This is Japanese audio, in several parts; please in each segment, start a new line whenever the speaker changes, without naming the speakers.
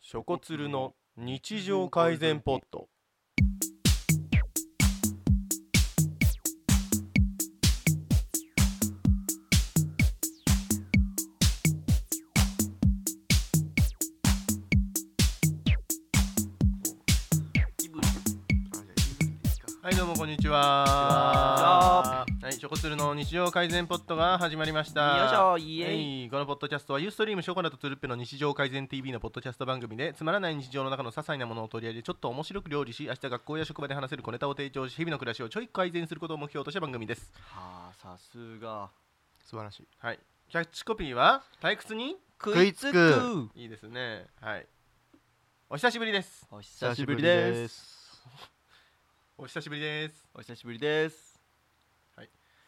ショコツルの日常改善ポット
イブリあじゃあイブリですか
はいどうもこんにち
は
ははいショコツルの日常改善ポットが始まりました
よいしょイエイ
はいこのポッドキャストはユーストリームショコラとツルッペの日常改善 TV のポッドキャスト番組でつまらない日常の中の些細なものを取り上げちょっと面白く料理し明日学校や職場で話せる小ネタを提供し日々の暮らしをちょい改善することを目標とした番組です
はあさすが
素晴らしいはいキャッチコピーは退屈に
食いつく
いいですねはいお久しぶりです
お久しぶりです
す
お久しぶりです
お久しぶりです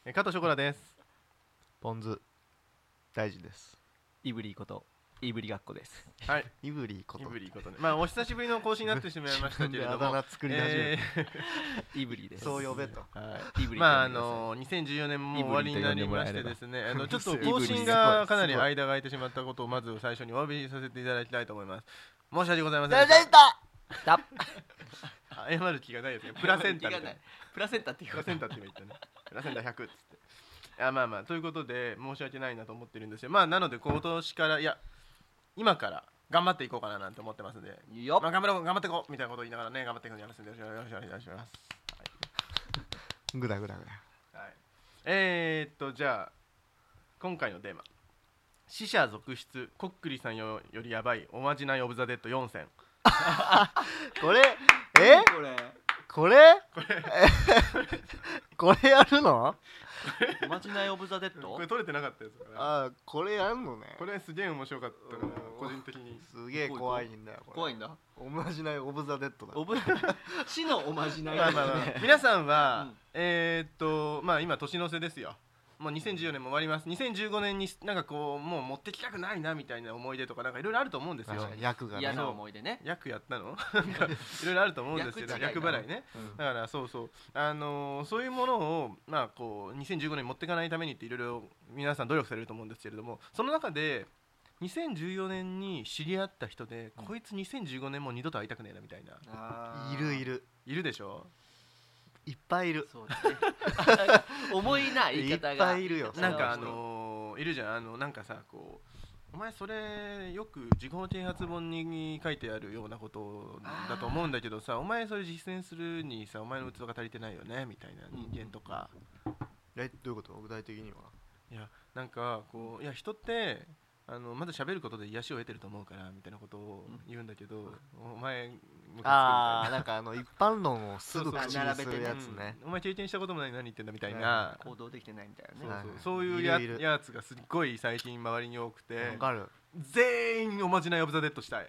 え加藤ショコラです
ポン酢大事です
イブリことイブリ学校です
はい
イブリーこと
イブリーことねまあお久しぶりの更新になってしまいましたけれ
であ
ど
だ
も
名作り始め
え
る、
イブリで
え
す
そう呼べと
ーはい
イブリ
まああの2014年も終わりになりましてですねあのちょっと更新がかなり間が空いてしまったことをまず最初にお詫びさせていただきたいと思います申し訳ございませんでした
た
謝る気がないですねプラセンタみたいな
プラセンタっていう
プラセンタって今言ったねプラセンタ100っつってあまあまあということで申し訳ないなと思ってるんですよまあなので今年からいや今から頑張っていこうかななんて思ってますんで
よ
まあ、頑張ろう頑張っていこうみたいなことを言いながらね頑張っていくんでよろしくお願いしますよろしくお願いします
グダグダグダ
はい、えー、っとじゃあ今回のテーマ死者続出こっくりさんよよりやばいおまじないオブザ・デッド4選
これえ
これ
これ これやるの
おまじないオブザ・デッド
これ取れてなかったやつだから
あこれやるのね
これすげえ面白かったから
うん
個人的 に
すげえ怖いんだよこれ
怖いんだ
おまじないオブザ・デッドだ
オブ死のおまじない
まあまあまあ皆さんは、
うん
えー、っとまあ今年の瀬ですよもう2014年も終わります2015年になんかこうもう持ってきたくないなみたいな思い出とかなんかいろいろあると思うんですよ
確かに役が
嫌
ね
な思い出ね
役やったの なんかいろいろあると思うんですけど
役違い
役
か
払いねだからそうそうあのーそういうものをまあこう2015年に持っていかないためにっていろいろ皆さん努力されると思うんですけれどもその中で2014年に知り合った人で、
うん
こいつ2015年もう二度と会いたくねえなみたいな
うんいるいる
いるでしょ
いっぱいいる
そうですね 重いな言い方が
いっぱいいるよ
なんかあ
そうそう
のーいるじゃんあのなんかさこうお前それよく自己啓発本に書いてあるようなことだと思うんだけどさお前それ実践するにさお前の器が足りてないよねみたいな人間とか、
えどういうこと具体的にはい
やなんかこういや人ってあのまだ喋ることで癒しを得てると思うからみたいなことを言うんだけど、お前ムカつくみたい
あー
な
なんかあの一般論をすぐ口に
そうそう並べ
す
て
る
ね
やつね
うんお前経験したこともないのに何言ってんだみたいな、
行動できてないみたい
そう
なね
はい
そう
はい
そういうや
いるいる
やつがすっごい最近周りに多くて
わかる
全員おまじないオブザ・デッドしたい、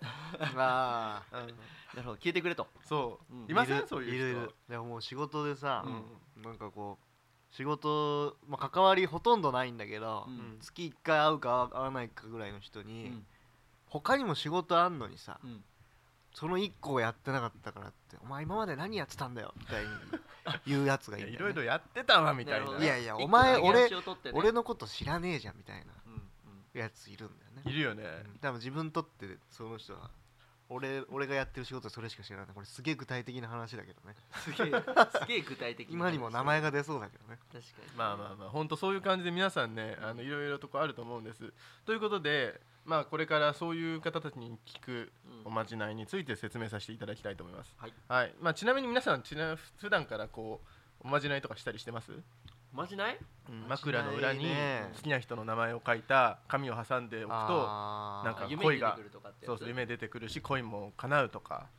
あー
うん
なるほど消えてくれと
そう、
うん
いませ
る
んそういう人
るるでももう仕事でさ、
うん
なんかこう仕事、まあ、関わりほとんどないんだけど、
うん
月1回会うか会わないかぐらいの人に、
うん
他にも仕事あんのにさ
うん
その1個をやってなかったからってお前今まで何やってたんだよみたいに 言うやつがい
いや
るん
い
だよ
ろ
ね、
いろやってたわみたい
るほ
な
ど
い
ね
やいや
一個
お前
の揚げ足を取ってね
俺のこと知らねえじゃんみたいな
うんうん
やついるんだよね
いるよね、
うん多分自分にとってその人は俺俺がやってる仕事はそれしか知らないこれすげえ具体的な話だけどね
す げえすげえ具体的な
今にも名前が出そうだけどね
確かに
まあまあまあ本当そういう感じで皆さんねあのいろいろとこあると思うんですということでまあこれからそういう方たちに聞く
うん
おまじないについて説明させていただきたいと思います
はい、
はいまあ、ちなみに皆さんちな普段からこうおまじないとかしたりしてます、
おまじない
枕の裏に
ね
好きな人の名前を書いた紙を挟んでおくと
あー
なんか
夢
恋
に出
が
てくるとかってや
そう
つ
そう夢出てくるし恋も叶うとか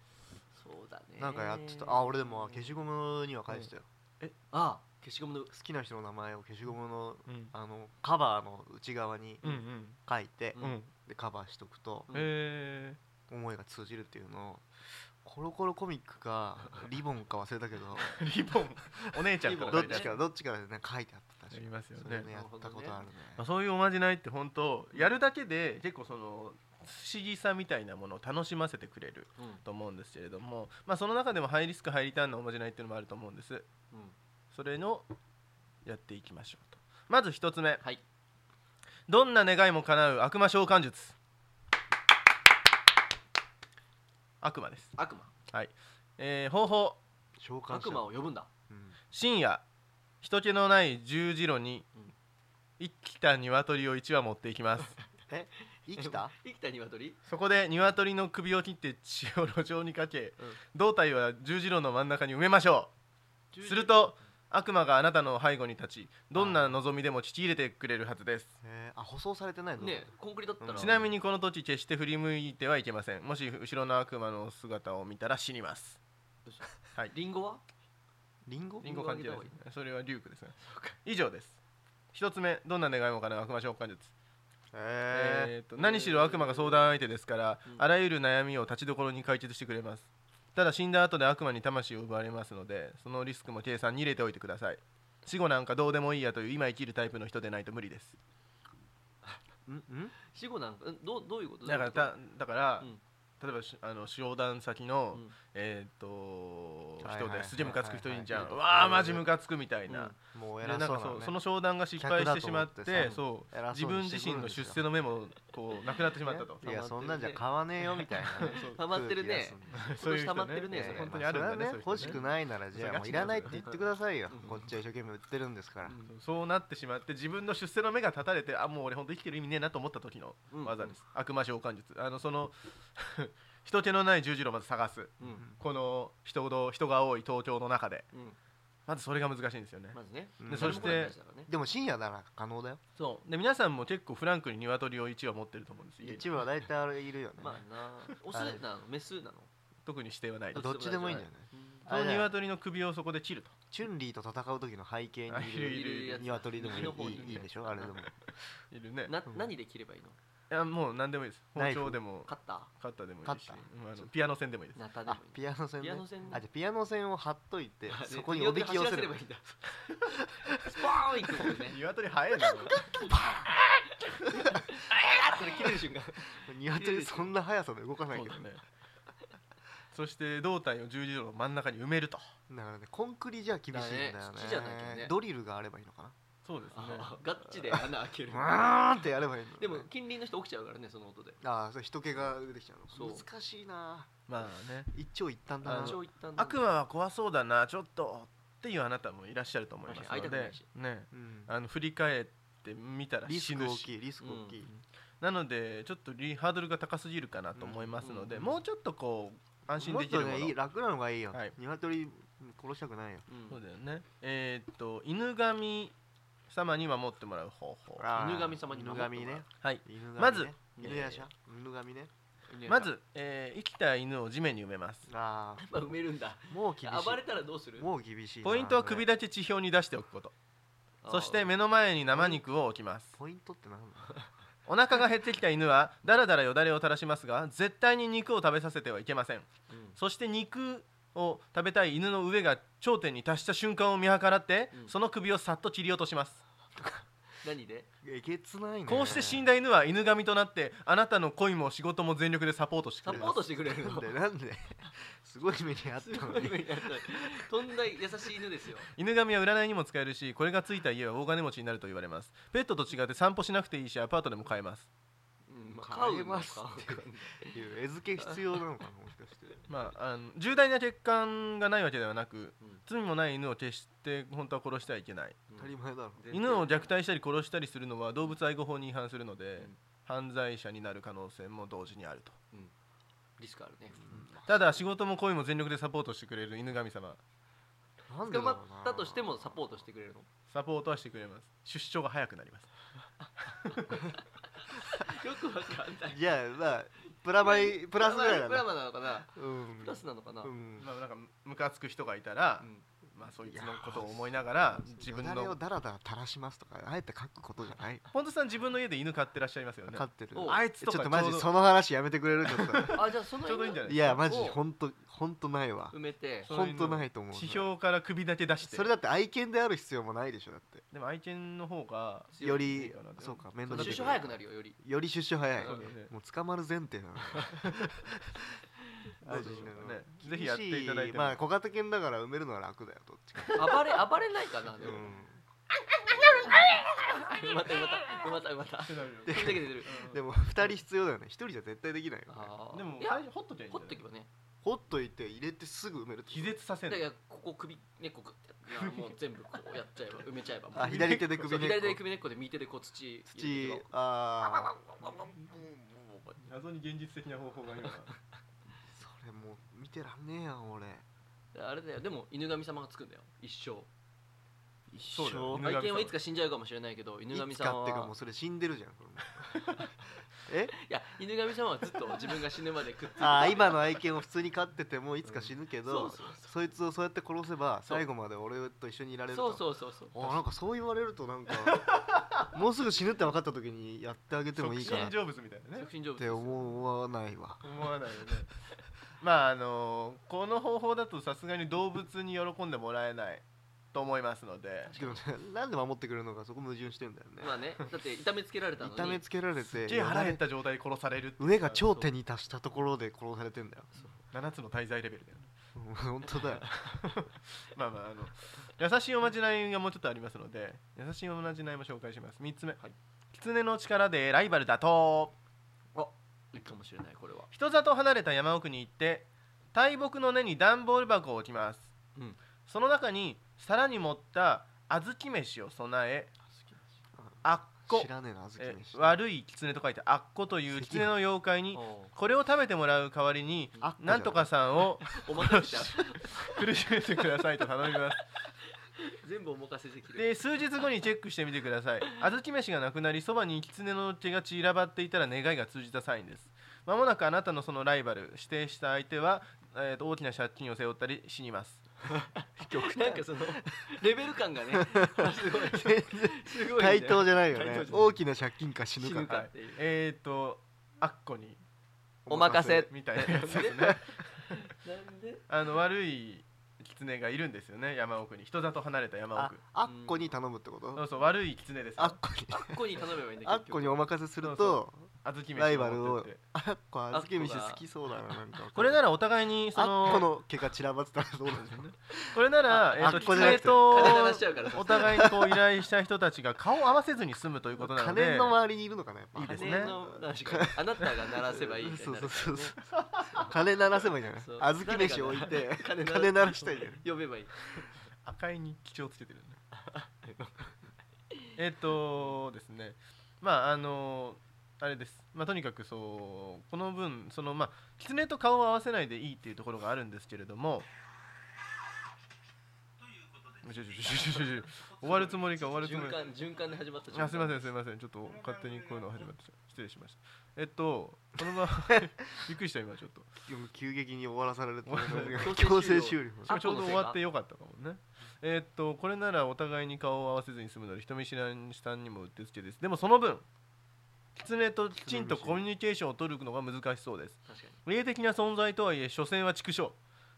そうだね
なんかやってたあ俺でも消しゴムには返したよ、
あ消しゴムの
好きな人の名前を消しゴムの
うん
あのカバーの内側に
うんうん
書いて、
うん、
でカバーしとくと
うん
え
思いが通じるっていうのをコロコロコミックかリボンか忘れたけ ど
ー、リボンお姉ちゃんから
ど
書
っ
いてあ
ち
る
かどっちかでね書いてあった確
あ
か
りますよ
そ
ね
れねやったことあるね
まあ、そういうおまじないって本当やるだけで結構その不思議さみたいなものを楽しませてくれる
うん
と思うんですけれども、まあ、その中でもハイリスクハイリターンのおまじないっていうのもあると思うんです
うん
それのやっていきましょうとまず一つ目
はい
どんな願いも叶う悪魔召喚術悪魔です、
悪魔
えー方法
召喚者
悪魔を呼ぶんだ
うん
深夜人気のない十字路に
うん
生きた鶏を1羽持っていきます
生きた
生きた鶏
そこで鶏の首を切って血を路上にかけ、
うん
胴体は十字路の真ん中に埋めましょうすると悪魔があなたの背後に立ちどんな望みでも聞き入れてくれるはずです
えーあ舗装されてないの
ねコンクリだったら
うん
ちなみにこの土地決して振り向いてはいけませんもし後ろの悪魔の姿を見たら死にます
リンゴは
リンゴ
リンゴ勘違いです
リンゴあげ
それはリュウクですね以上です一つ目どんな願いも叶う悪魔召喚術
え
えーと何しろ悪魔が相談相手ですから、
うん
あらゆる悩みを立ちどころに解決してくれますただ死んだ後で悪魔に魂を奪われますのでそのリスクも計算に入れておいてください死後なんかどうでもいいやという今生きるタイプの人でないと無理です
ー、んん
死後なんかんどうどういうこと
だからただから、
うん
例えばしあの商談先の、
うん
えー、と
はいはい
人ですげえムカつく人いんじゃん、
はいはいう
わあマジムカつくみたいな、
もう
で
偉
なん
そう
か
な
そ
の
う
ね
その商談が失敗してしまって
客だと思っ
そ
てさ
う
偉
自
そう
分
にして
自
くる
身
ん
の
ですよ
出世の目もこうなくなってしまったと
いやそんなんじゃ買わねえよみたいな ね
溜まってるね
空気がすんで
そういう人
今年溜まってるね
ええ
それ
本当にあるんだね
まそれは
そういう人
欲し
ね
くないならじゃあもういらないって言ってくださいよ
うん
こっちは一生懸命売ってるんですから
うん
そうなってしまって自分の出世の目が断たれてあもう俺本当生きてる意味ねえなと思った時の
うん
技です、悪魔召喚術あのその 人気のない十字路をまず探す
うん
この人ど人が多い東京の中で
うん
まずそれが難しいんですよね、
まずね
うん
で
誰
そ
も
し
来ない
て
話だからね
でも深夜なら可能だよ
そうで皆さんも結構フランクに鶏を1羽持ってると思うんです家に
一部は大体あれいるよね
まあなオスなのメスなの
特に指定はないです
どっちでもいいんだよね
うん
その鶏の首をそこで切ると
チュンリーと戦う時の背景にい
あいるい
る
るいる
鶏でもいい
右の方に
いいいいでしょあれでも
いるね
な
うん
何で切ればいいの
いやもう何でもいいです包
ナイフ
丁でも
カッタ
カッターでもいいし
カッター
うんあのピアノ線でもいいで
ー
す
ナタでもい
あ
い
ピアノ線
ピ
ね
アノ線
あじゃあピアノ線を張っといて
あ
そこにおびき寄せ
で
れ
首を
ば
走らせればいいん
いい
だスポーンいくも んね
鶏早いな
あーって切れる瞬間
鶏そんな速さで動かない
そう
けど
だねそして胴体を十字路の真ん中に埋めると
だからねコンクリじゃ厳しいんだ
だね
よね
土じゃないけどね
ドリルがあればいいのかな
そうですね
あガッチで穴開ける
うーんってやればいいのね
でも近隣の人起きちゃうからねその音で
ああそう人気が出てきちゃう
そう
の難しいな
まあね
一長一短だ
あ
な
の
一応一旦
悪魔は怖そうだなちょっとっていうあなたもいらっしゃると思います
確かに
の
会いたくな
で
いし
ね
うん
あの振り返ってみたら
リス
死
ク
ぬ
大
し
きいリスク大きい
なのでちょっとリハードルが高すぎるかなと思いますので、
うん
もうちょっとこう安心
も
で
っ
きる
と
もの
ねいい楽なのがいいよ
はい
鶏殺したくないよ
うん
そうだよねえーっと犬神様に守ってもらう方法
あー
犬神様に
犬
守ってもらう
神ね
はい
犬神ね
まず
犬やしゃ犬神ね
犬や
まず、えー生きた犬を地面に埋めます
あ
まあ埋めるんだ
あもう厳し
暴れたらどうする
いもう厳しいな
ポイントは首
こ
だけ地表に出しておくこと
あー
そして目の前に生肉を置きます
れポイントってなんだ
お腹が減ってきた犬はだらだらよだれを垂らしますが絶対に肉を食べさせてはいけません
うん
そして肉を食べたい犬の上が頂点に達した瞬間を見計らって、
うん
その首をさっと切り落とします
何で
えげつないね
こうして死ん
だ
だ犬は犬神となってあなたの恋も仕事も全力でサポートしてく
サ
れ
ポ
ます
ートしてくれる
なん
の
でなんですごい目にあっ
す
たの
ごい
に
目に遭ったとんだ優しい犬ですよ
犬神は占いにも使えるしこれがついた家は大金持ちになると言われますペットと違って散歩しなくていいしアパートでも飼えます
うんまあ
飼え
のか
ますっていう絵付け必要なのかなもしかして
まあ、あの重大な欠陥がないわけではなく
うん
罪もない犬を決して本当は殺してはいけない
うん
当たり前だろ
全然
犬を虐待したり殺したりするのは動物愛護法に違反するので、
ん
犯罪者になる可能性も同時にあると
リスクあるね
ただ仕事も恋も全力でサポートしてくれる犬神様
なんでだ
捕
ろうな
まったとしてもサポートしてくれるの
サポートはしてくれます出生が早くなります
よくわかんない
いやまあプラマイプラスぐらいだ
プラ
な
マなのかな
うん
プラスなのかな
うん
まあなんかムカつく人がいたら、
うん
まあそいつのことを思いながら自分
よだれを
の
だらだら垂らしますとかあえて書くことじゃない
本当さん自分の家で犬飼ってらっしゃいますよね
飼ってる
お
あいつ
ち
と
ょ
か
っとマ
ちょ
ジ
うど
その話やめてくれるちょっと
あじゃあその
ちょうどいいんじゃない
いやマジ
を
ほんとほんとないわ
埋めて
そう
ほんとないと思う
地表から首だけ出して
それだって愛犬である必要もないでしょだって
でも愛犬の方が
よ
いい
り
かなって
そうか面
出
倒
所早く
な
なるよより
より出所早い
そうだよね
もう捕まる前提なの
どうでしょうかねぜひやっていただいても
まあ小型犬だから埋めるのは楽だよどっちか
暴れ暴れないかなで
う
も
ん
またうまたうまたう また
ってなるよ
出てる出てる
で
も
も2人必要だよね1人じゃ絶対できないよね
あー
でも
いや
最初ほっときゃいいん
ほ
だ
っ
よ
とけばね
ほっといて入れてすぐ埋めるってこと
気絶させ
だ
る
からここ首根っこグッてやっていやもう全部こうやっちゃえば埋めちゃえばもう
あ左手で
そう
首根っこ
左手で首根っこで右手でこう土入れていけば
土あ
謎に現実的な方法が 今
ーそれもう見てらんねえやん俺
あれだよでも犬神様がつくんだよ一生
一
そうだよ犬
生
神様
愛犬はいつか死んじゃうかもしれないけど犬神
いつか
様
ってかも
は
うそれ死んでるじゃんこれも うえ
いや犬神様はずっと自分が死ぬまでくっついて
あー今の愛犬を普通に飼っててもいつか死ぬけど、
そうそう
そいつをそうやって殺せば最後まで俺と一緒にいられると
そうそうそうそう
あーなんかそう言われるとなんか もうすぐ死ぬって分かった時にやってあげてもいいかなっ
成仏みたいなね
促進成仏
て思わないわ
思わない よねまああのこの方法だとさすがに動物に喜んでもらえないと思いますので
しかもねなんで守ってくれるのかそこ矛盾してんだよね
まあねだって痛めつけられたのに
痛めつけられて
手腹減った状態で殺されるっていう
上が頂点に達したところで殺されてんだよ
7つの滞在レベルだよね
うん 本当だよ
まあまああの優しいおまじないがもうちょっとありますので優しいおまじないも紹介します3つ目、
はい
狐の力でライバル打倒
いいかもしれないこれは
人里離れた山奥に行って大木の根に段ボール箱を置きます、
うん
その中に皿に盛った小豆飯を備えあっこ
知らねえな小豆
え
飯
悪い狐と書いてあっこという狐の妖怪に
お
これを食べてもらう代わりに
あっこじゃい
なんとかさんを
お任せしちゃ
苦しめてくださいと頼みます
う全部お任せできる
で数日後にチェックしてみてください小豆飯がなくなりそばに狐の毛が散らばっていたら願いが通じたサインですまもなくあなたのそのライバル指定した相手は、えーと大きな借金を背負ったり死にます
なんかそのレベル感 がねすごいすごいんだよ
対等じゃないよ
対等
ね
じゃない
大きな借金か死ぬ
死
か
ぬかっていう
えっ、ー、とあっこに
お任せ
みたいなやつですね
なんで
あの悪い狐がいるんですよね山奥に人里離れた山
あ
奥
あっこに頼むってこ
そ
と
うそう悪い狐ですよ
あっこに
あっこに頼めばいいんだけど
あっこにお任せすると
小豆飯
ライバルを
持ってって
あっこ小豆飯
あっこが
好きそうだななんか
これならお互いにそ
あっこ
の
の毛が散らばってたらどうなんでしょうね
これなら
あ
えっ、と
あっこじゃな
狐
くて
と
金出しちゃうから
お互いにこう依頼した人たちが顔を合わせずに済むということなので
金の周りにいるのかなやっぱ
いいですね
金の確かにあなたが鳴らせばいいみたいに
そう
な
そ
る
う
か
そ
ら
う
ね
そう金鳴らせばいいじゃない
そう
小豆飯置いて
誰かが
金鳴らしたいじゃない
呼べばいい
赤い日記帳つけてるね えっとですねまああのあれですまあ、とにかくそうこの分そのまあ狐と顔を合わせないでいいっていうところがあるんですけれどもちょちょちょちょちょちょ終わるつもりか終わるつもり
循
か
環循環で始まった
あすいませ
ん
んすいませんちょっと勝手にこういうのが始まってしまい失礼しましたえっとこの場合 びっくりした今ちょっと
でも急激に終わらされると
終わ
らされる
強制終了
しかもちょうど終わってよかったかもねえーっとこれならお互いに顔を合わせずに済むので人見知らぬさんにもうってつけですでもその分狐ときちんとコミュニケーションを取るのが難しそうです
確かに
霊的な存在とはいえ所詮は畜生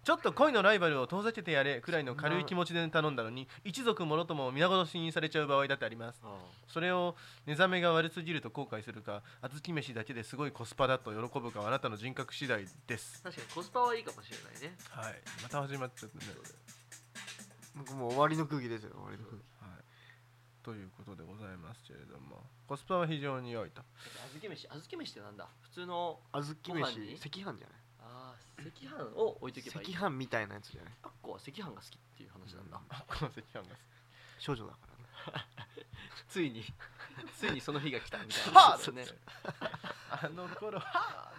ちょっと恋のライバルを遠ざけてやれくらいの軽い気持ちで頼んだのに一族もろとも皆殺しにされちゃう場合だってありますそれを寝覚めが悪すぎると後悔するか小豆飯だけですごいコスパだと喜ぶかはあなたの人格次第です
確かにコスパはいいかもしれないね
はいまた始まっちゃったね
なんかもう終わりの空気ですよ終わりの空気
はい、ということでございますけれどもコスパは非常に良いと
小豆飯小豆飯ってなんだ普通の
小豆
ご
飯
飯
赤
に
飯じゃない
あー赤飯を置いとけばい
赤
い
飯みたいなやつじゃない
あっこは赤飯が好きっていう話なんだ
この赤飯が
少女だからね
ついに ついにその日が来たみたいな
はあ
話 だね
あの頃は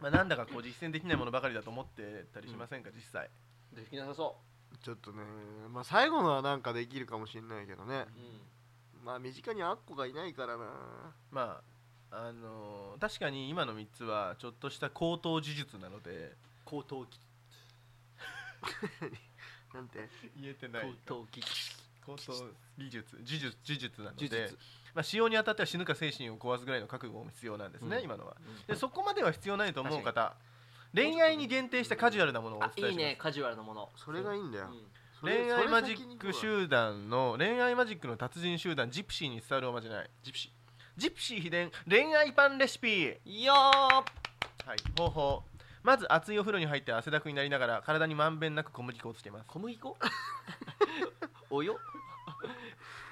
まあなんだかこう実践できないものばかりだと思ってたりしませんか、実際
できなさそ
ちょっとねまあ最後のはなんかできるかもしれないけどね
うう
まあ身近にあっこがいないからな
まああのー確かに今の3つはちょっとした高等呪術なので
高等技
なんて
言えてな
高
い
等技
高等技術呪術呪術なの
呪
で
術、
まあ、使用にあたっては死ぬか精神を壊すぐらいの覚悟も必要なんですね、
うん
今のは
うん
でそこまでは必要ないと思う方恋愛に限定したカジュアルなものをお
あ
伝えしま
い
す
いねカジュアルなもの
それがいいんだ
う
よ
ん
それ
恋愛マジ
そ
ッ
れ先に
ク
行くわ
集団の恋愛マジックの達人集団ジプシーに伝わるおまじない
ジプシ
ジプシー秘伝恋愛パンレシピ、
ーいやー
はい、方法まず熱いお風呂に入って汗だくになりながら体にまんべんなく小麦粉をつけます
小麦粉 およ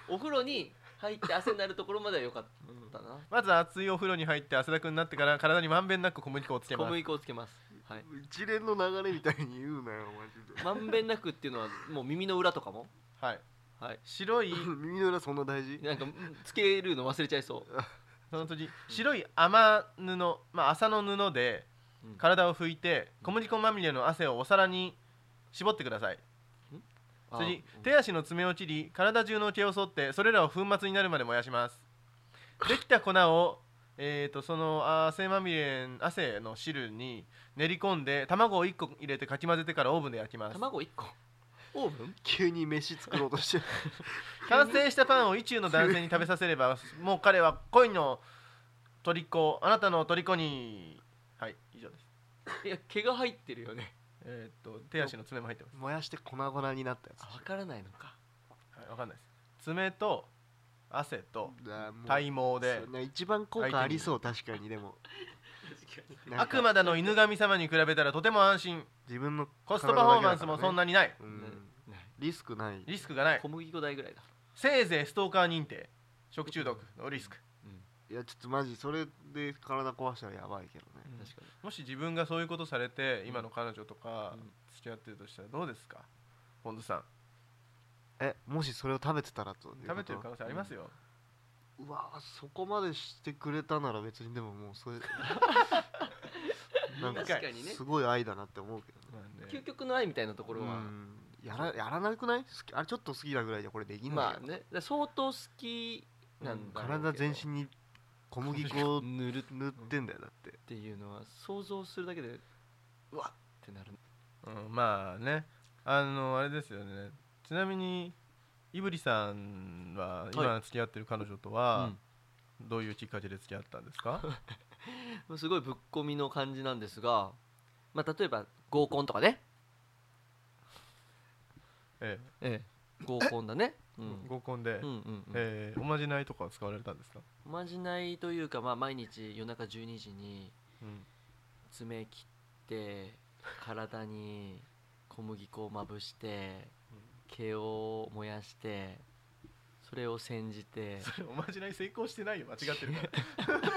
お風呂に入って汗になるところまでは良かったな
まず熱いお風呂に入って汗だくになってから体にまんべんなく小麦粉をつけ
小
ます
麦粉をつけますはい
一連の流れみたいに言う なよマ
まんべんなくっていうのはもう耳の裏とかも
はい
はい
白 い
ジで耳の裏そんな大事
なんかつけるの忘れちゃいそう
その時白い甘布まあ麻の布で
うん
体を拭いて小麦粉まみれの汗をお皿に絞ってください
あ
それに手足の爪を切り体中の毛を剃ってそれらを粉末になるまで燃やしますできた粉をえー、とその汗まみれ汗の汁に練り込んで卵を1個入れてかき混ぜてからオーブンで焼きます
卵1個オーブン
急に飯作ろうと してる
完成したパンを意中の男性に食べさせればもう彼は恋の虜あなたの虜にはい以上です
いや毛が入ってるよね
えー、と手足の爪も入ってま
燃やして粉々になったや
あ分からないのか
す、はい、わかんないです爪と汗と
つだもう
体毛で
そうね一番効果ありそう確かにでもなんか
悪魔だの犬神様に比べたらとても安心
自分の
コストパフォーマンスもそん
な、
なにない
うん
ね
リスクない
リスクがない
小麦粉代ぐらいだ
せいぜいストーカー認定食中毒のリスク
いやちょっとマジそれで体壊したらやばいけどね
うん
確かに
もし自分がそういうことされて今の彼女とか
うん
付き合ってるとしたらどうですかポンズさん
えもしそれを食べてたらということ
食べてる可能性ありますよ
うわそこまでしてくれたなら別にでももうそ れなんか
確かにね
すごい愛だなって思うけどね
なん
究
で
極の愛みたいなとこ
こ
ろは、
やらやらなくない好きあれちょっと好きなぐらいじゃこれできないよ
まあねだから相当好きなんだろうけど
体全身に小麦粉を
塗るっ
塗ってんだよ だって
ていうのは想像するだけでうわっってなる
うんまあねあのあれですよねちなみにいぶりさんは今付き合ってる彼女とはどういうきっかけで付き合ったんですか
うんすごいぶっ込みの感じなんですが、まあ、例えば合コンとかね、
え
ええ、合コンだね、う
え
ん
合コンで
うんうんうん
ええおまじないとかは使われたんですか
おまじないというか、まあ、毎日夜中12時に爪切って体に小麦粉をまぶして毛を燃やしてそれを煎じて
そ れおまじない成功してないよ間違ってるか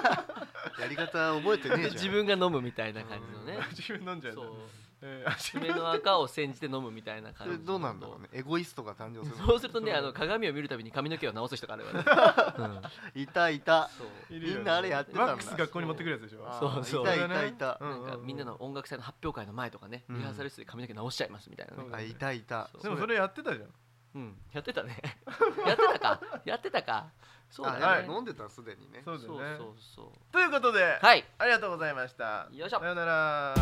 ら
やり方覚えてねえじ
で
ゃん
自分が飲むみたいな感じのね
自分飲んじゃう
そう
ええ足
爪の赤を煎じて飲むみたいな
そ
感
れ
じ
どうなんだろうねエゴイストが誕生する
そうするとねあの鏡を見るたびに髪の毛を直す人があるわね、うん
いたいた
そう
いるよね
みんなあれやってたん
ワ
だ
ックス学校に持ってくるやつでしょ
あ
そ
ー
うそう
いたいたいた
う
なんかみんなの音楽祭の発表会の前とかね、
うん
リハーサル室で髪の毛直しちゃいますみたいなね
そう、
あいたいた
そう
でもそれやってたじゃん
うん、やってたねやってたかやってたかそう
あ
だ
い
ね、
や
やっぱ飲んでたすでにね
そうだ
そう
よね
そうそう
ということで
はい
ありがとうございました
よいしょ
さよなら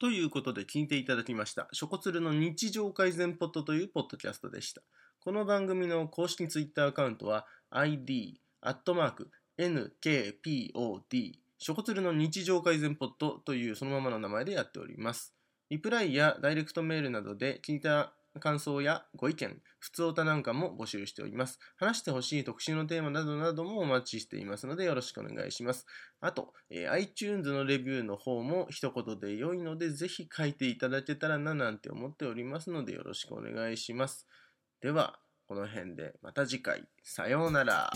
ということで聞いていただきました「ショコツルの日常改善ポット」というポッドキャストでしたこの番組の公式ツイッターアカウントは ID アットマーク NKPOD ショコツルの日常改善ポットというそのままの名前でやっておりますリプライやダイレクトメールなどで聞いた感想やご意見、普通歌なんかも募集しております。話してほしい特集のテーマなどなどもお待ちしていますのでよろしくお願いします。あと、えー iTunes のレビューの方も一言で良いので、ぜひ書いていただけたらななんて思っておりますので、よろしくお願いします。では、この辺でまた次回、さようなら。